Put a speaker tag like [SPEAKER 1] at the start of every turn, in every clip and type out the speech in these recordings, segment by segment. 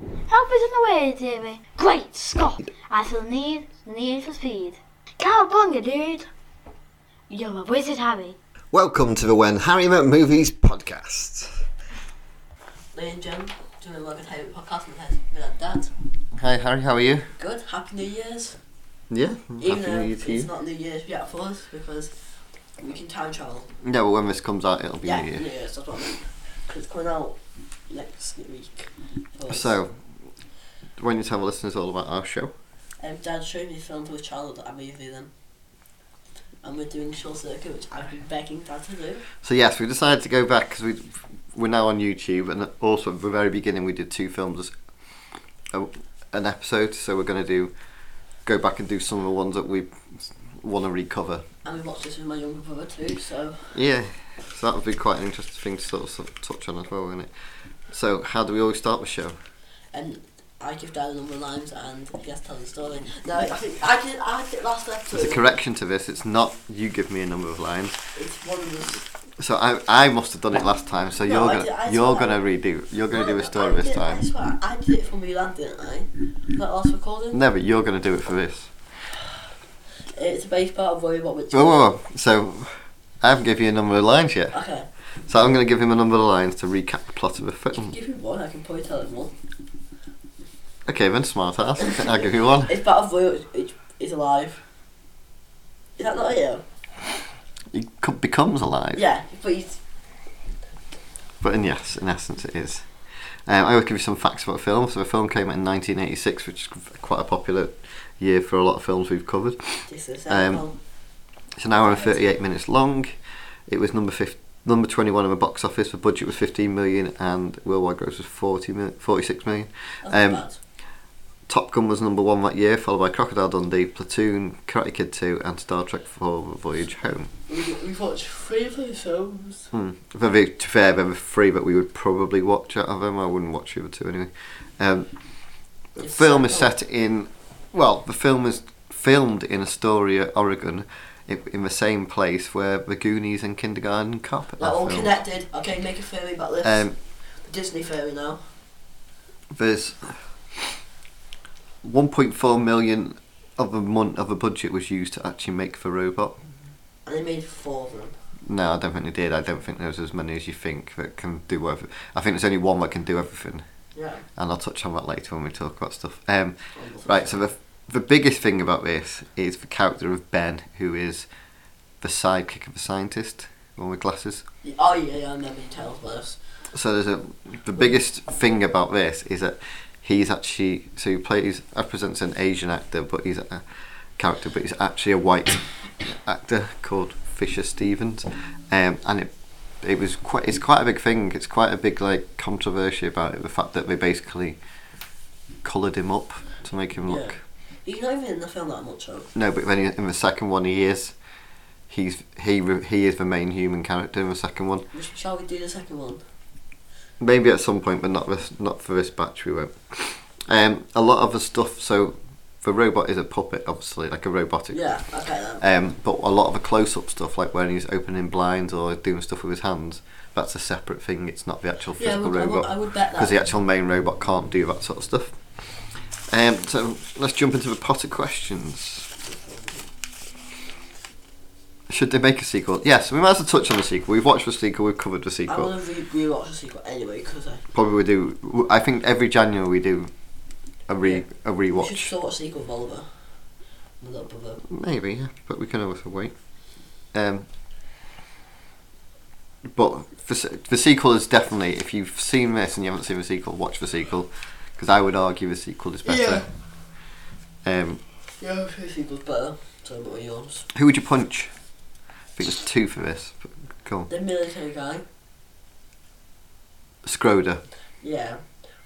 [SPEAKER 1] is in the way, dear me. Great Scott! I feel the need, the need for speed. Cowabunga, dude! You're a wizard, Harry.
[SPEAKER 2] Welcome to the When Harry Met Movies podcast.
[SPEAKER 3] Ladies and gentlemen, doing a Logan Harry podcast with his- with our dad.
[SPEAKER 2] Hi Harry, how are you?
[SPEAKER 3] Good, happy New Year's.
[SPEAKER 2] Yeah,
[SPEAKER 3] Even
[SPEAKER 2] happy
[SPEAKER 3] though
[SPEAKER 2] New Year
[SPEAKER 3] it's
[SPEAKER 2] to you.
[SPEAKER 3] not New Year's yet for us because we can time travel.
[SPEAKER 2] Yeah, but when this comes out, it'll be
[SPEAKER 3] yeah,
[SPEAKER 2] New Year.
[SPEAKER 3] New Year's, that's what I mean. 'Cause it's coming out next week. for us.
[SPEAKER 2] So, when you tell the listeners all about our show,
[SPEAKER 3] um, Dad showed me films of his childhood at movie then. And we're doing Short Circuit, which I've been begging Dad to do.
[SPEAKER 2] so yes, we decided to go back because we we're now on YouTube, and also at the very beginning we did two films, a, an episode. So we're going to do go back and do some of the ones that we want to recover.
[SPEAKER 3] And we watched this with my younger brother too, so
[SPEAKER 2] Yeah, so that would be quite an interesting thing to sort of, sort of touch on as well, wouldn't it? So, how do we always start the show?
[SPEAKER 3] and I give Dad a number of lines and he has to tell the story. No, I think I did I did it last episode.
[SPEAKER 2] There's a correction to this. It's not you give me a number of lines.
[SPEAKER 3] It's one of those
[SPEAKER 2] So I, I must have done it last time. So
[SPEAKER 3] No,
[SPEAKER 2] you're
[SPEAKER 3] I
[SPEAKER 2] gonna
[SPEAKER 3] did- I
[SPEAKER 2] you're
[SPEAKER 3] saw
[SPEAKER 2] gonna
[SPEAKER 3] that.
[SPEAKER 2] redo. You're gonna do a
[SPEAKER 3] No,
[SPEAKER 2] story
[SPEAKER 3] I
[SPEAKER 2] this
[SPEAKER 3] did- I
[SPEAKER 2] time.
[SPEAKER 3] swear, I did it for Mulan, didn't I? That last recording.
[SPEAKER 2] No, but you're gonna do it for this.
[SPEAKER 3] It's a base part of Worry What Witch.
[SPEAKER 2] Whoa, whoa, whoa. So I haven't given you a number of lines yet.
[SPEAKER 3] Okay,
[SPEAKER 2] So I'm gonna give him a number of lines to recap the plot of the
[SPEAKER 3] if you
[SPEAKER 2] film.
[SPEAKER 3] give me one, I can probably tell it one.
[SPEAKER 2] Okay, then smart ass. I'll give you one.
[SPEAKER 3] It's part of Worry What Witch is alive. Is that not it?
[SPEAKER 2] He co- becomes alive.
[SPEAKER 3] Yeah, but he's.
[SPEAKER 2] But in yes, in essence, it is. Um, I will give you some facts about the film. So the film came out in 1986, which is quite a popular year for a lot of films we've covered.
[SPEAKER 3] This is um,
[SPEAKER 2] Um, It's an hour and 38 minutes long. It was number fif- number 21 in the box office. The budget was 15 million and worldwide gross was 40 mil- 46 million. um,
[SPEAKER 3] bad.
[SPEAKER 2] Top Gun was number one that year, followed by Crocodile Dundee, Platoon, Karate Kid 2, and Star Trek 4 The Voyage Home.
[SPEAKER 3] We, we've watched three of those films.
[SPEAKER 2] Hmm. Very, to be fair, there were three that we would probably watch out of them. I wouldn't watch the other two anyway. Um, the
[SPEAKER 3] It's
[SPEAKER 2] film is
[SPEAKER 3] oh,
[SPEAKER 2] set in, well, the film is filmed in Astoria, Oregon, i- in the same place where The Goonies and Kindergarten Cop.
[SPEAKER 3] They're
[SPEAKER 2] are
[SPEAKER 3] all
[SPEAKER 2] filmed.
[SPEAKER 3] connected. Okay, make a theory about this.
[SPEAKER 2] Um,
[SPEAKER 3] the Disney theory now.
[SPEAKER 2] there's 1.4 million of the month of the budget was used to actually make the robot.
[SPEAKER 3] And they made four of them.
[SPEAKER 2] No, I don't think they did. I don't think there's as many as you think that can do everything. I think there's only one that can do everything,
[SPEAKER 3] Yeah.
[SPEAKER 2] and I'll touch on that later when we talk about stuff. Um, right. So the the biggest thing about this is the character of Ben, who is the sidekick of the scientist, one with glasses.
[SPEAKER 3] Oh, yeah, yeah, I remember you telling us about this.
[SPEAKER 2] So there's a the biggest thing about this is that he's actually so he plays represents an Asian actor, but he's a character, but he's actually a white actor called Fisher Stevens, um, and it it was quite it's quite a big thing. It's quite a big like controversy about it, the fact that they basically coloured him up to make him look.
[SPEAKER 3] Yeah. He's not even in the film that much, though.
[SPEAKER 2] No, but then in the second one he is. He's he re- he is the main human character in the second one.
[SPEAKER 3] Which- Shall we do the second one?
[SPEAKER 2] Maybe at some point, but not this, not for this batch. We won't. Um, a lot of the stuff. So the robot is a puppet, obviously, like a robotic.
[SPEAKER 3] Yeah, okay then.
[SPEAKER 2] Um, but a lot of the close-up stuff, like when he's opening blinds or doing stuff with his hands, that's a separate thing. It's not the actual
[SPEAKER 3] Yeah, I
[SPEAKER 2] physical
[SPEAKER 3] would, I, would, I
[SPEAKER 2] robot
[SPEAKER 3] would bet
[SPEAKER 2] because
[SPEAKER 3] that.
[SPEAKER 2] the actual main robot can't do that sort of stuff. Um, so let's jump into the Potter questions. Should they make a sequel? Yes, we might as well touch on the sequel. We've watched the sequel. We've covered the
[SPEAKER 3] I
[SPEAKER 2] sequel.
[SPEAKER 3] want to re- rewatch the sequel anyway because I
[SPEAKER 2] Probably we do. I think every January we do a re
[SPEAKER 3] Yeah.
[SPEAKER 2] a
[SPEAKER 3] we should
[SPEAKER 2] rewatch.
[SPEAKER 3] still watch the sequel of Oliver. My little brother.
[SPEAKER 2] Maybe, yeah, but we can always wait. Um, but the se- the sequel is definitely. If you've seen this and you haven't seen the sequel, watch the sequel because I would argue the sequel is better. Um,
[SPEAKER 3] Yeah, the sequel's better. So what are yours?
[SPEAKER 2] who would you punch? I think there's two for this. But cool.
[SPEAKER 3] The military guy.
[SPEAKER 2] Scroder.
[SPEAKER 3] Yeah.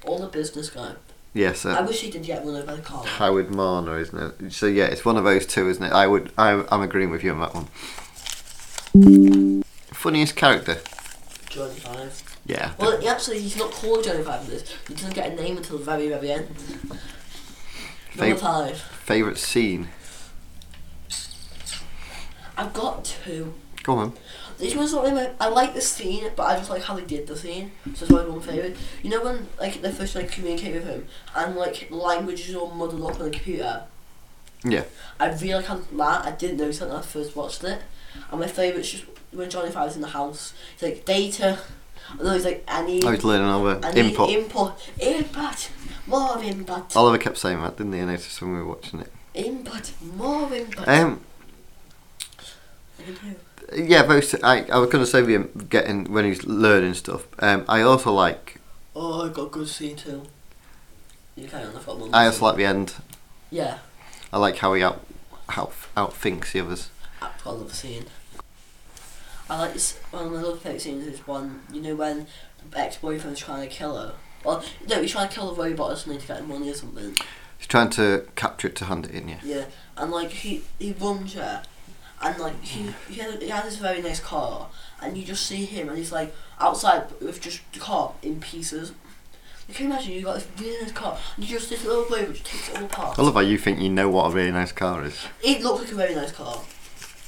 [SPEAKER 3] Or the business guy.
[SPEAKER 2] Yes.
[SPEAKER 3] I
[SPEAKER 2] Uh,
[SPEAKER 3] wish he did get run over by the car.
[SPEAKER 2] Howard Marner, isn't it? So yeah, it's one of those two, isn't it? I would. I, I'm agreeing with you on that one. Funniest character.
[SPEAKER 3] Johnny Five.
[SPEAKER 2] Yeah.
[SPEAKER 3] Well, he actually, he's not called Johnny Five in this. He doesn't get a name until the very, very end. Number
[SPEAKER 2] Fav-
[SPEAKER 3] five.
[SPEAKER 2] Favorite scene.
[SPEAKER 3] I've got two.
[SPEAKER 2] Go on.
[SPEAKER 3] This was something like, I like the scene, but I just like how they did the scene. So it's my one favourite. You know when like they first like communicate with him and like language is all muddled up on the computer.
[SPEAKER 2] Yeah.
[SPEAKER 3] I really like how that I didn't notice that when I first watched it. And my favourite's just when Johnny Five's in the house. He's like data. And then he's like I need
[SPEAKER 2] I was learning over
[SPEAKER 3] I need
[SPEAKER 2] Oh, input. Oh.
[SPEAKER 3] input input more input
[SPEAKER 2] Oliver kept saying that, didn't he? I noticed when we were watching it.
[SPEAKER 3] input more input.
[SPEAKER 2] Um,
[SPEAKER 3] I can do.
[SPEAKER 2] yeah, those. I, I was going to say with him getting when he's learning stuff. Um, I also like.
[SPEAKER 3] Oh, I got good scene too. You carry on. I've got one.
[SPEAKER 2] I also like the end.
[SPEAKER 3] Yeah,
[SPEAKER 2] I like how he out how outthinks the others.
[SPEAKER 3] I've got another scene. I like this. One of my love favorite scenes is one. You know when the ex-boyfriend's trying to kill her. Well, no, he's trying to kill the robot or something to get money or something.
[SPEAKER 2] He's trying to capture it to hand it in you.
[SPEAKER 3] Yeah, and like he he runs her, and like he he has, he has this very nice car, and you just see him, and he's like outside with just the car in pieces. You can imagine you got this really nice car, and you just this little robot just takes it all apart.
[SPEAKER 2] I love how you think you know what a really nice car is.
[SPEAKER 3] It looked like a very nice car.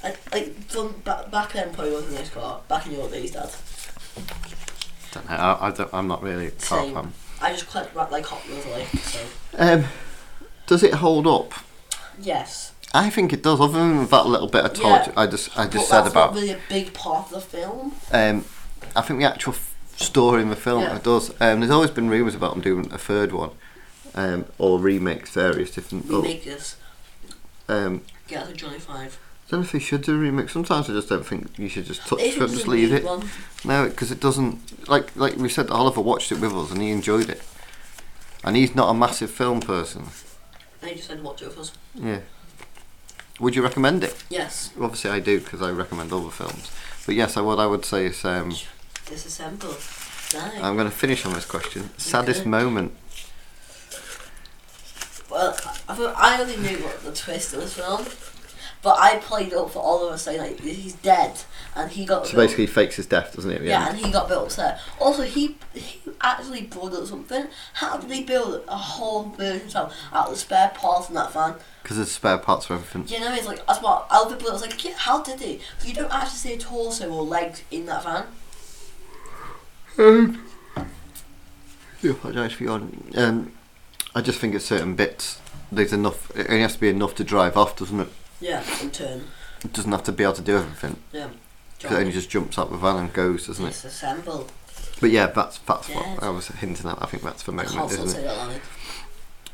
[SPEAKER 3] I, like from back, back then, probably wasn't a nice car. Back in your days, Dad.
[SPEAKER 2] Don't know. I, I don't, I'm not really a car
[SPEAKER 3] Same.
[SPEAKER 2] fan.
[SPEAKER 3] I just collect ra- like Hot Wheels, like so.
[SPEAKER 2] Um, does it hold up?
[SPEAKER 3] Yes,
[SPEAKER 2] I think it does. Other than that little bit I told
[SPEAKER 3] Yeah.
[SPEAKER 2] you, I just I just
[SPEAKER 3] but
[SPEAKER 2] said
[SPEAKER 3] that's
[SPEAKER 2] about.
[SPEAKER 3] not really a big part of the film.
[SPEAKER 2] Um, I think the actual f- story in the film
[SPEAKER 3] Yeah.
[SPEAKER 2] does. Um, there's always been rumours about them doing a third one, um, or remakes various different. oh,
[SPEAKER 3] We make this.
[SPEAKER 2] Um,
[SPEAKER 3] Get out of Johnny Five.
[SPEAKER 2] I don't know if you should do a remake. Sometimes I just don't think you should just touch
[SPEAKER 3] If it
[SPEAKER 2] film,
[SPEAKER 3] was
[SPEAKER 2] just
[SPEAKER 3] a
[SPEAKER 2] leave
[SPEAKER 3] big
[SPEAKER 2] it.
[SPEAKER 3] one,
[SPEAKER 2] No, because it doesn't. Like like we said, Oliver watched it with us and he enjoyed it. And he's not a massive film person.
[SPEAKER 3] I just said watch it with us.
[SPEAKER 2] Yeah. Would you recommend it?
[SPEAKER 3] Yes,
[SPEAKER 2] Obviously, I do because I recommend other films. But yes, I, what I would say is um,
[SPEAKER 3] this is simple. Nice.
[SPEAKER 2] I'm going to finish on this question. Saddest
[SPEAKER 3] Okay.
[SPEAKER 2] moment.
[SPEAKER 3] well, I, thought- I only knew what the twist of this film, but I played up for Oliver saying like he's dead, and he got.
[SPEAKER 2] So
[SPEAKER 3] built-
[SPEAKER 2] basically, he fakes his death, doesn't it?
[SPEAKER 3] Yeah, and he got a bit upset. Also, he he actually built up something. How did he build a whole version himself out of the spare parts in that van?
[SPEAKER 2] Because there's spare parts for everything.
[SPEAKER 3] You know, it's like that's what other people. It's like, yeah, how did he? You don't actually see a torso or legs in that van.
[SPEAKER 2] Yeah. apologise for yawn. Um, I just think at certain bits, there's enough. It only has to be enough to drive off, doesn't it?
[SPEAKER 3] Yeah, in turn.
[SPEAKER 2] It doesn't have to be able to do everything.
[SPEAKER 3] Yeah.
[SPEAKER 2] 'Cause it only just jumps out the van and goes, doesn't it?
[SPEAKER 3] Disassemble.
[SPEAKER 2] But yeah, that's that's
[SPEAKER 3] Yes.
[SPEAKER 2] what I was hinting at. I think that's the
[SPEAKER 3] I
[SPEAKER 2] moment,
[SPEAKER 3] can't still
[SPEAKER 2] isn't it?
[SPEAKER 3] say that line.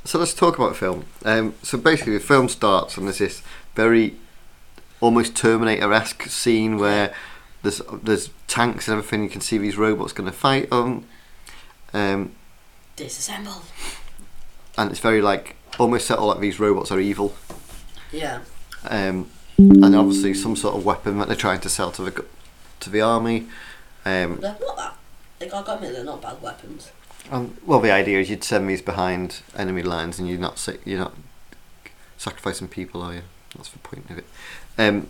[SPEAKER 2] So let's talk about the film. Um, so basically, the film starts and there's this very almost Terminator-esque scene where there's there's tanks and everything. You can see these robots going to fight on, um,
[SPEAKER 3] Disassemble.
[SPEAKER 2] and it's very like almost set up like these robots are evil,
[SPEAKER 3] Yeah.
[SPEAKER 2] um, and obviously some sort of weapon that they're trying to sell to the go- to the army. Um,
[SPEAKER 3] They're not that. Like, I got admit, they're not bad weapons.
[SPEAKER 2] and, Um, well, the idea is you'd send these behind enemy lines, and you're not sa- you're not sacrificing people, are you? That's the point of it. Um,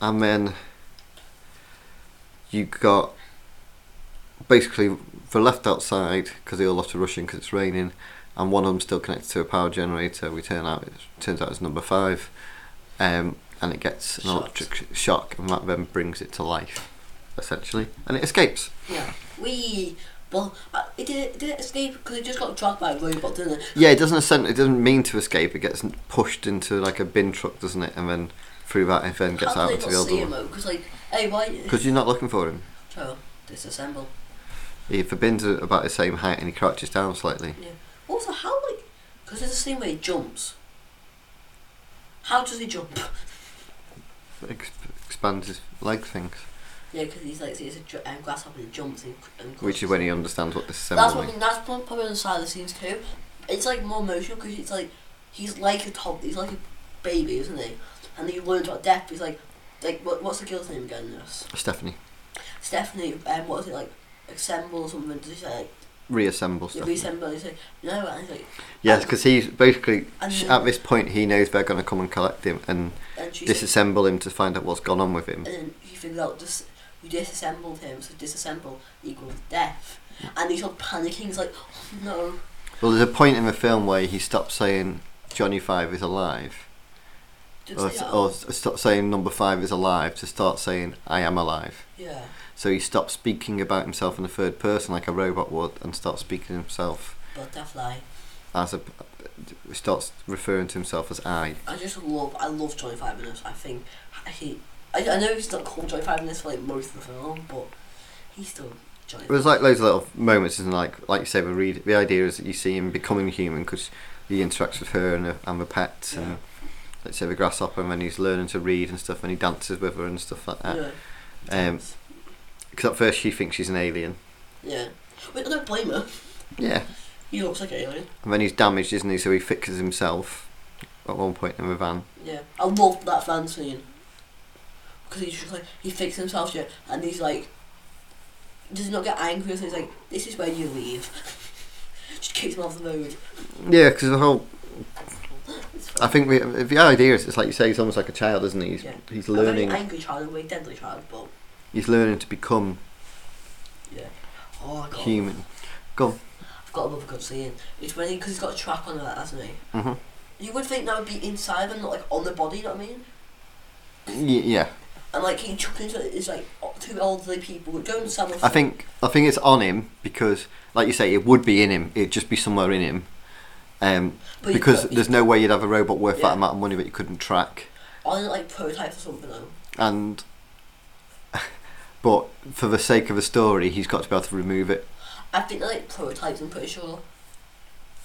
[SPEAKER 2] and then you got basically they're left outside because they all have to rush in because it's raining, and one of them's still connected to a power generator. We turn out it turns out it's number five, um, and it gets an
[SPEAKER 3] Shocked.
[SPEAKER 2] electric sh- shock, and that then brings it to life, essentially, and it escapes.
[SPEAKER 3] Yeah. We. Well, uh, it did it did it escape because it just got dragged by a robot, didn't it?
[SPEAKER 2] Yeah, it doesn't ascend, it doesn't mean to escape. It gets pushed into like a bin truck, doesn't it? And then through that, it then gets
[SPEAKER 3] How
[SPEAKER 2] out
[SPEAKER 3] did
[SPEAKER 2] into
[SPEAKER 3] they
[SPEAKER 2] the
[SPEAKER 3] not
[SPEAKER 2] other
[SPEAKER 3] see him
[SPEAKER 2] one.
[SPEAKER 3] though? Because like, hey, why?
[SPEAKER 2] Because you're not looking for him.
[SPEAKER 3] So disassemble.
[SPEAKER 2] If the bin's are about the same height and he crouches down slightly,
[SPEAKER 3] Also, how like? Because it's the same way he jumps. How does he jump?
[SPEAKER 2] ex- expands his leg things,
[SPEAKER 3] Yeah, because he's like he's a dr- um, grasshopper and jumps and, and
[SPEAKER 2] which is when he understands what this
[SPEAKER 3] That's
[SPEAKER 2] assembly.
[SPEAKER 3] what I mean. That's prob- probably on the side of the scenes too. It's like more emotional because it's like he's like a top. He's like a baby, isn't he? And he learns about death. He's like, like what, what's the girl's name again? This
[SPEAKER 2] Stephanie
[SPEAKER 3] Stephanie. Um, what is it like? Assemble or something? Does he say
[SPEAKER 2] reassembles.
[SPEAKER 3] like
[SPEAKER 2] Stephanie.
[SPEAKER 3] reassemble? He say no, and he's like,
[SPEAKER 2] yes, because he's basically
[SPEAKER 3] And
[SPEAKER 2] sh
[SPEAKER 3] then-
[SPEAKER 2] at this point he knows they're going to come and collect him and
[SPEAKER 3] and she. said-
[SPEAKER 2] disassemble him to find out what's gone on with him.
[SPEAKER 3] and then he figured out dis- you disassembled him, so disassemble equals death. And he's all panicking. He's like, oh, no.
[SPEAKER 2] Well, there's a point in the film where he stops saying Johnny Five is alive.
[SPEAKER 3] Did
[SPEAKER 2] or,
[SPEAKER 3] they are?
[SPEAKER 2] or stop saying number five is alive to start saying I am alive.
[SPEAKER 3] yeah.
[SPEAKER 2] So he stops speaking about himself in the third person like a robot would, and starts speaking himself
[SPEAKER 3] Butterfly.
[SPEAKER 2] as a starts referring to himself as I.
[SPEAKER 3] I just love. I love Johnny Five Minutes. I think he. I, I know he's not called Johnny Five Minutes for like most of the film, but he's still Johnny.
[SPEAKER 2] There's like loads of little moments, and like like you say, with Reed, the idea is that you see him becoming human because he interacts with her and the, and the pets,
[SPEAKER 3] Yeah.
[SPEAKER 2] and let's say the grasshopper, and then he's learning to read and stuff, and he dances with her and stuff like that.
[SPEAKER 3] yeah.
[SPEAKER 2] Um, Because at first she thinks she's an alien.
[SPEAKER 3] yeah. Wait, I don't blame her.
[SPEAKER 2] Yeah.
[SPEAKER 3] He looks like an alien.
[SPEAKER 2] And then he's damaged, isn't he? So he fixes himself at one point in the van.
[SPEAKER 3] Yeah, I love that fan scene because he's just like he fixes himself shit, and he's like, does not get angry, and he's like, this is where you leave. just kicks him off the road.
[SPEAKER 2] Yeah, because the whole
[SPEAKER 3] It's
[SPEAKER 2] I
[SPEAKER 3] fun.
[SPEAKER 2] think we, the idea is it's like you say he's almost like a child, isn't he? He's,
[SPEAKER 3] Yeah.
[SPEAKER 2] he's
[SPEAKER 3] A
[SPEAKER 2] learning.
[SPEAKER 3] very angry child, a very deadly child, but
[SPEAKER 2] He's learning to become
[SPEAKER 3] oh my god,
[SPEAKER 2] human. Go.
[SPEAKER 3] I've got another good scene. It's when because he, has got a trap on that, hasn't he?
[SPEAKER 2] On. Mhm.
[SPEAKER 3] You would think that would be inside them, not like on the body. You know what I mean?
[SPEAKER 2] Y- yeah.
[SPEAKER 3] And like he chucks into it's like two elderly people that go inside.
[SPEAKER 2] I think I think it's on him because, like you say, it would be in him. It'd just be somewhere in him. Um,
[SPEAKER 3] But you
[SPEAKER 2] because
[SPEAKER 3] put-
[SPEAKER 2] there's no way you'd have a robot worth
[SPEAKER 3] Yeah.
[SPEAKER 2] that amount of money that you couldn't track.
[SPEAKER 3] on like prototypes or something though.
[SPEAKER 2] And, but for the sake of the story, he's got to be able to remove it.
[SPEAKER 3] I think they're like prototypes. I'm pretty sure.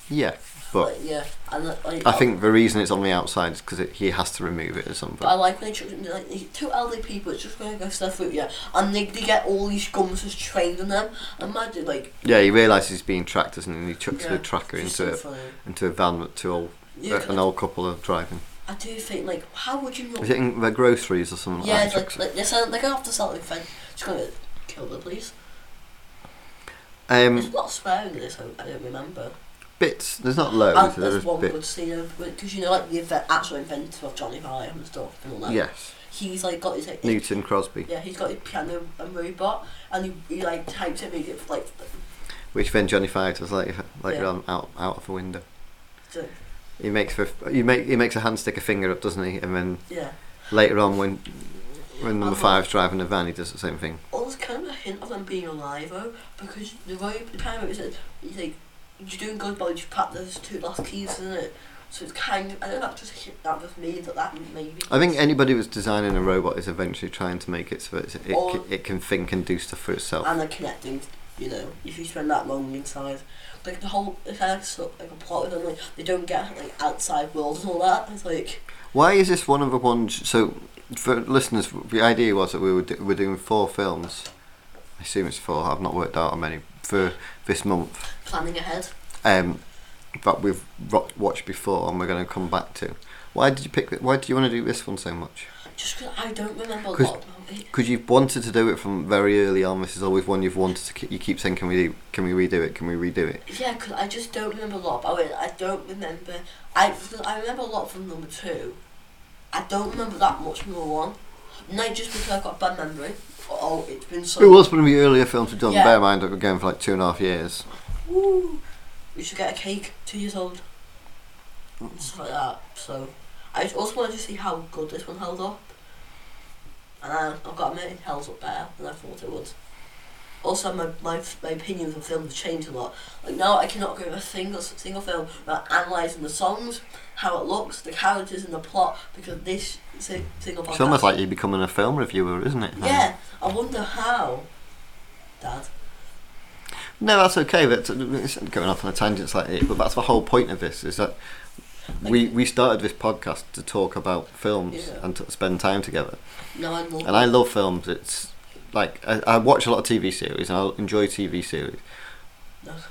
[SPEAKER 2] Yeah, but
[SPEAKER 3] Like, yeah, and like, like,
[SPEAKER 2] I think the reason it's on the outside is because he has to remove it or something.
[SPEAKER 3] But I like when they chuck them, like these two elderly people. It's just gonna go stuff through, yeah, and they, they get all these gums trained on them. Imagine like
[SPEAKER 2] Yeah, he realises he's being tracked, doesn't he? And he chucks
[SPEAKER 3] yeah,
[SPEAKER 2] the tracker
[SPEAKER 3] it's just
[SPEAKER 2] into it.
[SPEAKER 3] so funny.
[SPEAKER 2] into a van that two old, uh,
[SPEAKER 3] Yeah,
[SPEAKER 2] an old couple are driving.
[SPEAKER 3] I do think like how would you not?
[SPEAKER 2] Is it in their groceries or something like
[SPEAKER 3] yeah, it's
[SPEAKER 2] that?
[SPEAKER 3] like, like they're, selling, they're gonna have to sell it. Friend, just gonna kill the police. There's
[SPEAKER 2] um,
[SPEAKER 3] a lot of swearing in this. I, I don't remember.
[SPEAKER 2] bits. There's not loads.
[SPEAKER 3] and
[SPEAKER 2] there's
[SPEAKER 3] Ah, there's one
[SPEAKER 2] bits.
[SPEAKER 3] good scene because you know like the inve- actual inventor of Johnny Five and stuff and all that.
[SPEAKER 2] Yes,
[SPEAKER 3] he's like got his like,
[SPEAKER 2] Newton Crosby,
[SPEAKER 3] yeah, he's got his piano and robot, and he, he like types it, makes it like
[SPEAKER 2] which then Johnny Five was later, later
[SPEAKER 3] Yeah.
[SPEAKER 2] on out out of the window.
[SPEAKER 3] so,
[SPEAKER 2] He makes the, he make he makes a hand stick a finger up, doesn't he? And then
[SPEAKER 3] yeah.
[SPEAKER 2] later on when. When number
[SPEAKER 3] Uh-huh.
[SPEAKER 2] five's driving the van, he does the same thing.
[SPEAKER 3] Well, it's kind of a hint of them being alive, though, because the rope, the paramount is that he's like, you're doing good, but you just pack those two last keys, isn't it? So it's kind of, I don't know, that's just a hint that was me, that that maybe.
[SPEAKER 2] I think anybody who's designing a robot is eventually trying to make it so it's, it,
[SPEAKER 3] Or-
[SPEAKER 2] c it can think and do stuff for itself.
[SPEAKER 3] And they're connecting, you know, if you spend that long inside. Like, the whole, it's kind of so, like a plot with them, like, they don't get, like, outside world and all that. It's like,
[SPEAKER 2] Why is this one of the ones? So, for listeners, the idea was that we were, do, we're doing four films. I assume it's four. I've not worked out how many for this month.
[SPEAKER 3] planning ahead.
[SPEAKER 2] Um, that we've ro- watched before, and we're going to come back to. Why did you pick? th- Why do you want to do this one so much?
[SPEAKER 3] Just 'cause I don't remember a
[SPEAKER 2] 'Cause-
[SPEAKER 3] lot. of it.
[SPEAKER 2] Because you've wanted to do it from very early on. This is always one you've wanted to. Keep, you keep saying, "Can we do? Can we redo it? Can we redo it?"
[SPEAKER 3] Yeah, 'cause I just don't remember a lot about it. I don't remember. I I remember a lot from number two. I don't remember that much from number one. Not just because I've got a bad memory. Oh, it's been so.
[SPEAKER 2] It was one of the earlier films we've done.
[SPEAKER 3] Yeah.
[SPEAKER 2] Bear in mind that we're going for like two and a half years.
[SPEAKER 3] Woo. We should get a cake. Two years old.
[SPEAKER 2] Mm.
[SPEAKER 3] Stuff like that. So, I just also wanted to see how good this one held up. And I, I've got to admit, it held up better than I thought it would. Also, my, my, my opinions on films have changed a lot. Like now, I cannot go to a single single film without analysing the songs, how it looks, the characters, and the plot because this si- single podcast.
[SPEAKER 2] It's almost like you're becoming a film reviewer, isn't it?
[SPEAKER 3] Yeah, I wonder how. Dad.
[SPEAKER 2] No, that's okay. That's it's going off on a tangent slightly, but that's the whole point of this is that we we started this podcast to talk about films
[SPEAKER 3] Yeah.
[SPEAKER 2] and to spend time together.
[SPEAKER 3] No, I'm more.
[SPEAKER 2] And I love films. It's like I, I watch a lot of TV series and I enjoy TV series,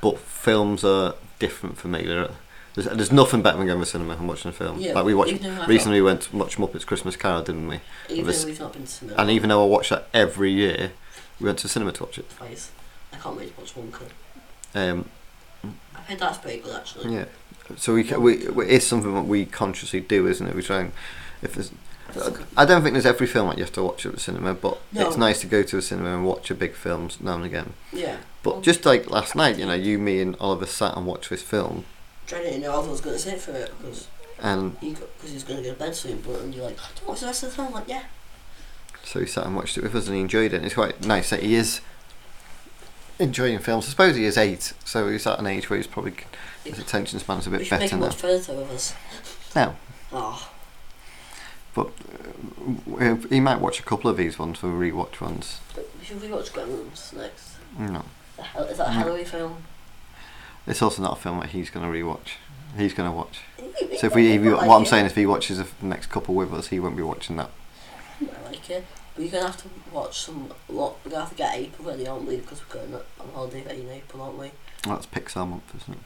[SPEAKER 2] but films are different for me. They're, there's, there's nothing better than going to the cinema and watching a film.
[SPEAKER 3] Yeah,
[SPEAKER 2] like we watched
[SPEAKER 3] even though I
[SPEAKER 2] recently, we went to watch Muppets Christmas Carol, didn't we?
[SPEAKER 3] even
[SPEAKER 2] this-
[SPEAKER 3] though we've not been to cinema.
[SPEAKER 2] And even though I watch that every year, we went to the cinema to watch it.
[SPEAKER 3] twice. I can't wait to watch Wonka.
[SPEAKER 2] Um,
[SPEAKER 3] I think that's pretty good actually.
[SPEAKER 2] Yeah. So we, ca- we, we it's something that we consciously do, isn't it? We try and if there's, I don't think there's every film that you have to watch at the cinema, but
[SPEAKER 3] No.
[SPEAKER 2] it's nice to go to a cinema and watch a big film now and again.
[SPEAKER 3] Yeah.
[SPEAKER 2] But just like last night, you know, you, me, and Oliver sat and watched this film.
[SPEAKER 3] Trying to know what I was going to say for it because
[SPEAKER 2] And
[SPEAKER 3] Because he's going to go to bed soon, but and you're like, don't watch the rest of the film. like, yeah.
[SPEAKER 2] so he sat and watched it with us and he enjoyed it. And it's quite nice that he is enjoying films. I suppose he is eight, so he's at an age where he's probably his attention span's a
[SPEAKER 3] we
[SPEAKER 2] bit
[SPEAKER 3] should make
[SPEAKER 2] better
[SPEAKER 3] him
[SPEAKER 2] now.
[SPEAKER 3] watch Predator with us.
[SPEAKER 2] Now,
[SPEAKER 3] Oh,
[SPEAKER 2] uh, he might watch a couple of these ones for rewatch ones.
[SPEAKER 3] we should rewatch Gremlins next.
[SPEAKER 2] No,
[SPEAKER 3] The hell- Is that a
[SPEAKER 2] Mm.
[SPEAKER 3] Halloween film?
[SPEAKER 2] it's also not a film that he's going to rewatch. He's going to watch.
[SPEAKER 3] He- he
[SPEAKER 2] So if we,
[SPEAKER 3] might
[SPEAKER 2] if you-
[SPEAKER 3] like
[SPEAKER 2] what I'm
[SPEAKER 3] it.
[SPEAKER 2] saying is, if he watches the next couple with us, he won't be watching that.
[SPEAKER 3] He might like it. But you're gonna have to watch some. Lot, we're gonna have to get April ready, aren't we? Because we're going on holiday in April, aren't we?
[SPEAKER 2] Well, that's Pixar month, isn't it?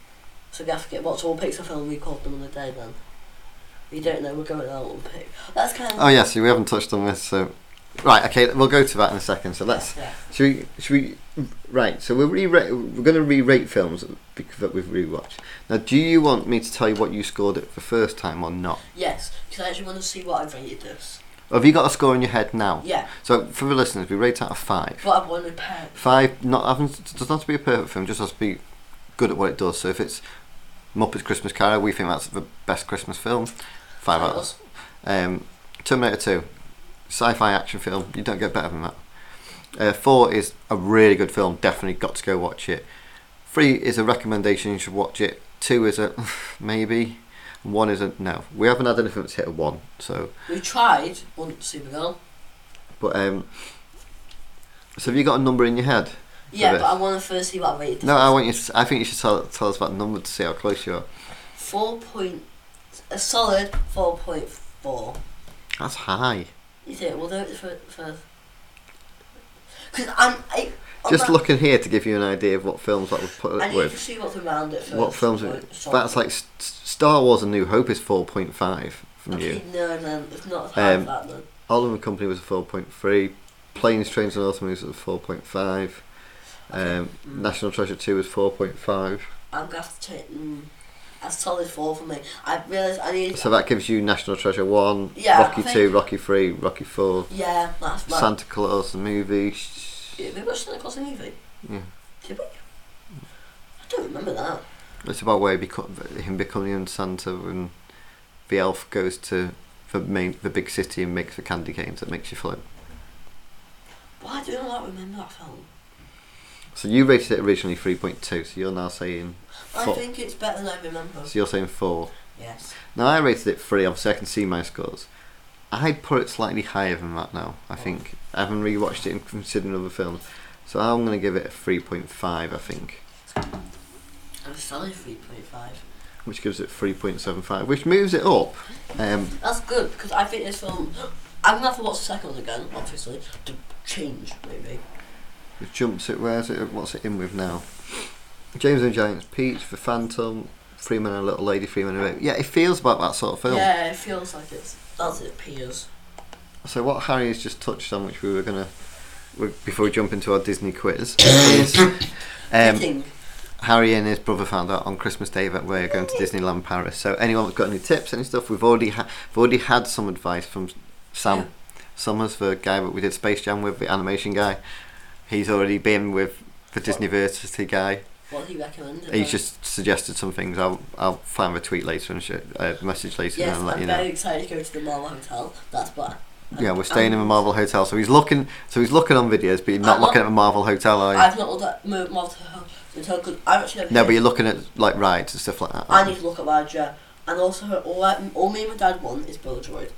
[SPEAKER 3] So we have to get watch all Pixar film. Record them on the day then. We don't know. We're going out on pick. That's kind of.
[SPEAKER 2] Oh yeah, so we haven't touched on this. So right, okay, we'll go to that in a second. So let's
[SPEAKER 3] Yeah.
[SPEAKER 2] should we should we right? So we're re we're going to re-rate films bec- that we've rewatched. Now, do you want me to tell you what you scored it the first time or not?
[SPEAKER 3] Yes, because I actually want to see what I've rated this.
[SPEAKER 2] Have you got a score in your head now?
[SPEAKER 3] Yeah,
[SPEAKER 2] So for the listeners, we rate out of five.
[SPEAKER 3] but I've wanted pet.
[SPEAKER 2] Five not having does not have to be a perfect film, just has to be good at what it does. So if it's Muppets Christmas Carol, we think that's the best Christmas film. Five out. of Um, Terminator 2, sci fi action film. You don't get better than that. Uh, 4 is a really good film. Definitely got to go watch it. 3 is a recommendation. You should watch it. 2 is a maybe. 1 is a no. We haven't had anything that's hit a 1. So,
[SPEAKER 3] We tried once Supergirl.
[SPEAKER 2] but, um, so have you got a number in your head?
[SPEAKER 3] Yeah,
[SPEAKER 2] this.
[SPEAKER 3] but I want to first see what I rated.
[SPEAKER 2] No, I want you to, I think you should tell, tell us that number to see how close you are.
[SPEAKER 3] Four point, a solid four point four.
[SPEAKER 2] That's high.
[SPEAKER 3] You think we'll do it for for. Because I'm. I, on
[SPEAKER 2] Just
[SPEAKER 3] that-
[SPEAKER 2] looking here to give you an idea of what films that we've put
[SPEAKER 3] Oh, I
[SPEAKER 2] it
[SPEAKER 3] need
[SPEAKER 2] with.
[SPEAKER 3] to see what's around it first.
[SPEAKER 2] What films? Are,
[SPEAKER 3] Like,
[SPEAKER 2] that's like S- S- Star Wars: A New Hope is four point five from
[SPEAKER 3] okay,
[SPEAKER 2] you.
[SPEAKER 3] No, no, it's not as high as
[SPEAKER 2] Um,
[SPEAKER 3] that then.
[SPEAKER 2] Oliver and Company was a four point three. Planes, Trains and Automobiles was four point five. Um, National Treasure Two was four point five.
[SPEAKER 3] I'm gonna have to take mm, a solid four for me. I realised I need.
[SPEAKER 2] So that gives you National Treasure One,
[SPEAKER 3] Yeah,
[SPEAKER 2] Rocky
[SPEAKER 3] I think-
[SPEAKER 2] Two, Rocky Three, Rocky Four,
[SPEAKER 3] yeah, that's right.
[SPEAKER 2] Santa Claus the movie. sh-
[SPEAKER 3] Yeah, we watched Santa Claus and Evie.
[SPEAKER 2] Yeah.
[SPEAKER 3] Did we? I don't remember that.
[SPEAKER 2] It's about where he become, him becoming Santa and the elf goes to the main, the big city and makes the candy canes that makes you float.
[SPEAKER 3] Why do I not remember that film?
[SPEAKER 2] So you rated it originally three point two. So you're now saying
[SPEAKER 3] I
[SPEAKER 2] Four.
[SPEAKER 3] think it's better than I remember.
[SPEAKER 2] So you're saying four.
[SPEAKER 3] Yes.
[SPEAKER 2] Now I rated it three, obviously I can see my scores. I'd put it slightly higher than that now, I
[SPEAKER 3] Oh.
[SPEAKER 2] think. I haven't rewatched it and considering other films. So I'm gonna give it a three point five, I think.
[SPEAKER 3] I'm solid 3.5.
[SPEAKER 2] Which gives it three point seven five, which moves it up. Um
[SPEAKER 3] That's good because I think this film. I'm gonna have to watch the second one again, obviously, to change maybe.
[SPEAKER 2] it jumps it where's it what's it in with now? James and the Giants Peach, The Phantom, Three Men and a Little Lady, Three Men and a Baby. Yeah, it feels about that sort of film.
[SPEAKER 3] Yeah, it feels like it's. That's it, appears.
[SPEAKER 2] So what Harry has just touched on, which we were gonna we- before we jump into our Disney quiz, is um,
[SPEAKER 3] Fitting.
[SPEAKER 2] Harry and his brother found out on Christmas Day that we're going to Disneyland Paris. So anyone that's got any tips, any stuff, we've already ha- we've already had some advice from Sam
[SPEAKER 3] Yeah.
[SPEAKER 2] Summers, the guy that we did Space Jam with, the animation guy. He's already been with the Disneyversity guy.
[SPEAKER 3] What do you recommend?
[SPEAKER 2] He's just suggested some things. I'll I'll find the tweet later and sh- uh, message later and
[SPEAKER 3] Yes, I'm
[SPEAKER 2] let
[SPEAKER 3] very
[SPEAKER 2] you know.
[SPEAKER 3] excited to go to the Marvel Hotel. That's Um, what.
[SPEAKER 2] Yeah, we're staying in
[SPEAKER 3] the
[SPEAKER 2] a Marvel hotel, so he's looking. So he's looking on videos, but you're not
[SPEAKER 3] I'm
[SPEAKER 2] looking at a Marvel hotel, are you?
[SPEAKER 3] I've not looked at Mo- Marvel Hotel because I've actually. never
[SPEAKER 2] no, but
[SPEAKER 3] been.
[SPEAKER 2] you're looking at like rides and stuff like that.
[SPEAKER 3] I need to look at my yeah. And also, all, I, all me and my dad want is Buildroid.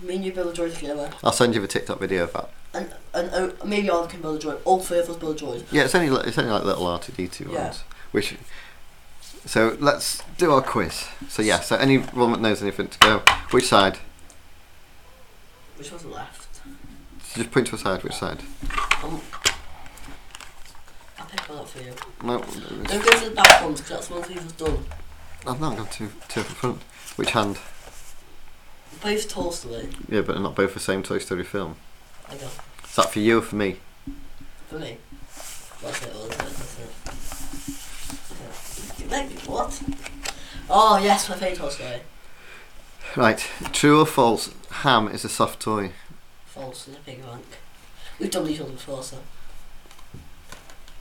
[SPEAKER 3] Me and you build a droid together,
[SPEAKER 2] I'll send you a TikTok video of that.
[SPEAKER 3] and and uh, maybe I can build a droid. All three of us build a droid.
[SPEAKER 2] Yeah, it's only li- it's only like little R two D two
[SPEAKER 3] Yeah.
[SPEAKER 2] ones. Which, so let's do our quiz. So yeah, so anyone that knows anything to go, which side?
[SPEAKER 3] Which one's left?
[SPEAKER 2] Just point to a side. Which side?
[SPEAKER 3] Um, I'll pick one up for you.
[SPEAKER 2] No,
[SPEAKER 3] Don't go to the back ones because that's the ones we've done.
[SPEAKER 2] I've not gone too too up in front. Which hand?
[SPEAKER 3] Both Toy Story.
[SPEAKER 2] Yeah, but they're not both the same Toy Story film.
[SPEAKER 3] I go
[SPEAKER 2] Is that for you or for me?
[SPEAKER 3] for me. That's it. All that's it. That's it. Okay. What? Oh yes, my favourite Toy Story.
[SPEAKER 2] Right, true or false? Ham is a soft toy.
[SPEAKER 3] False is a big rank. We've done these ones before, so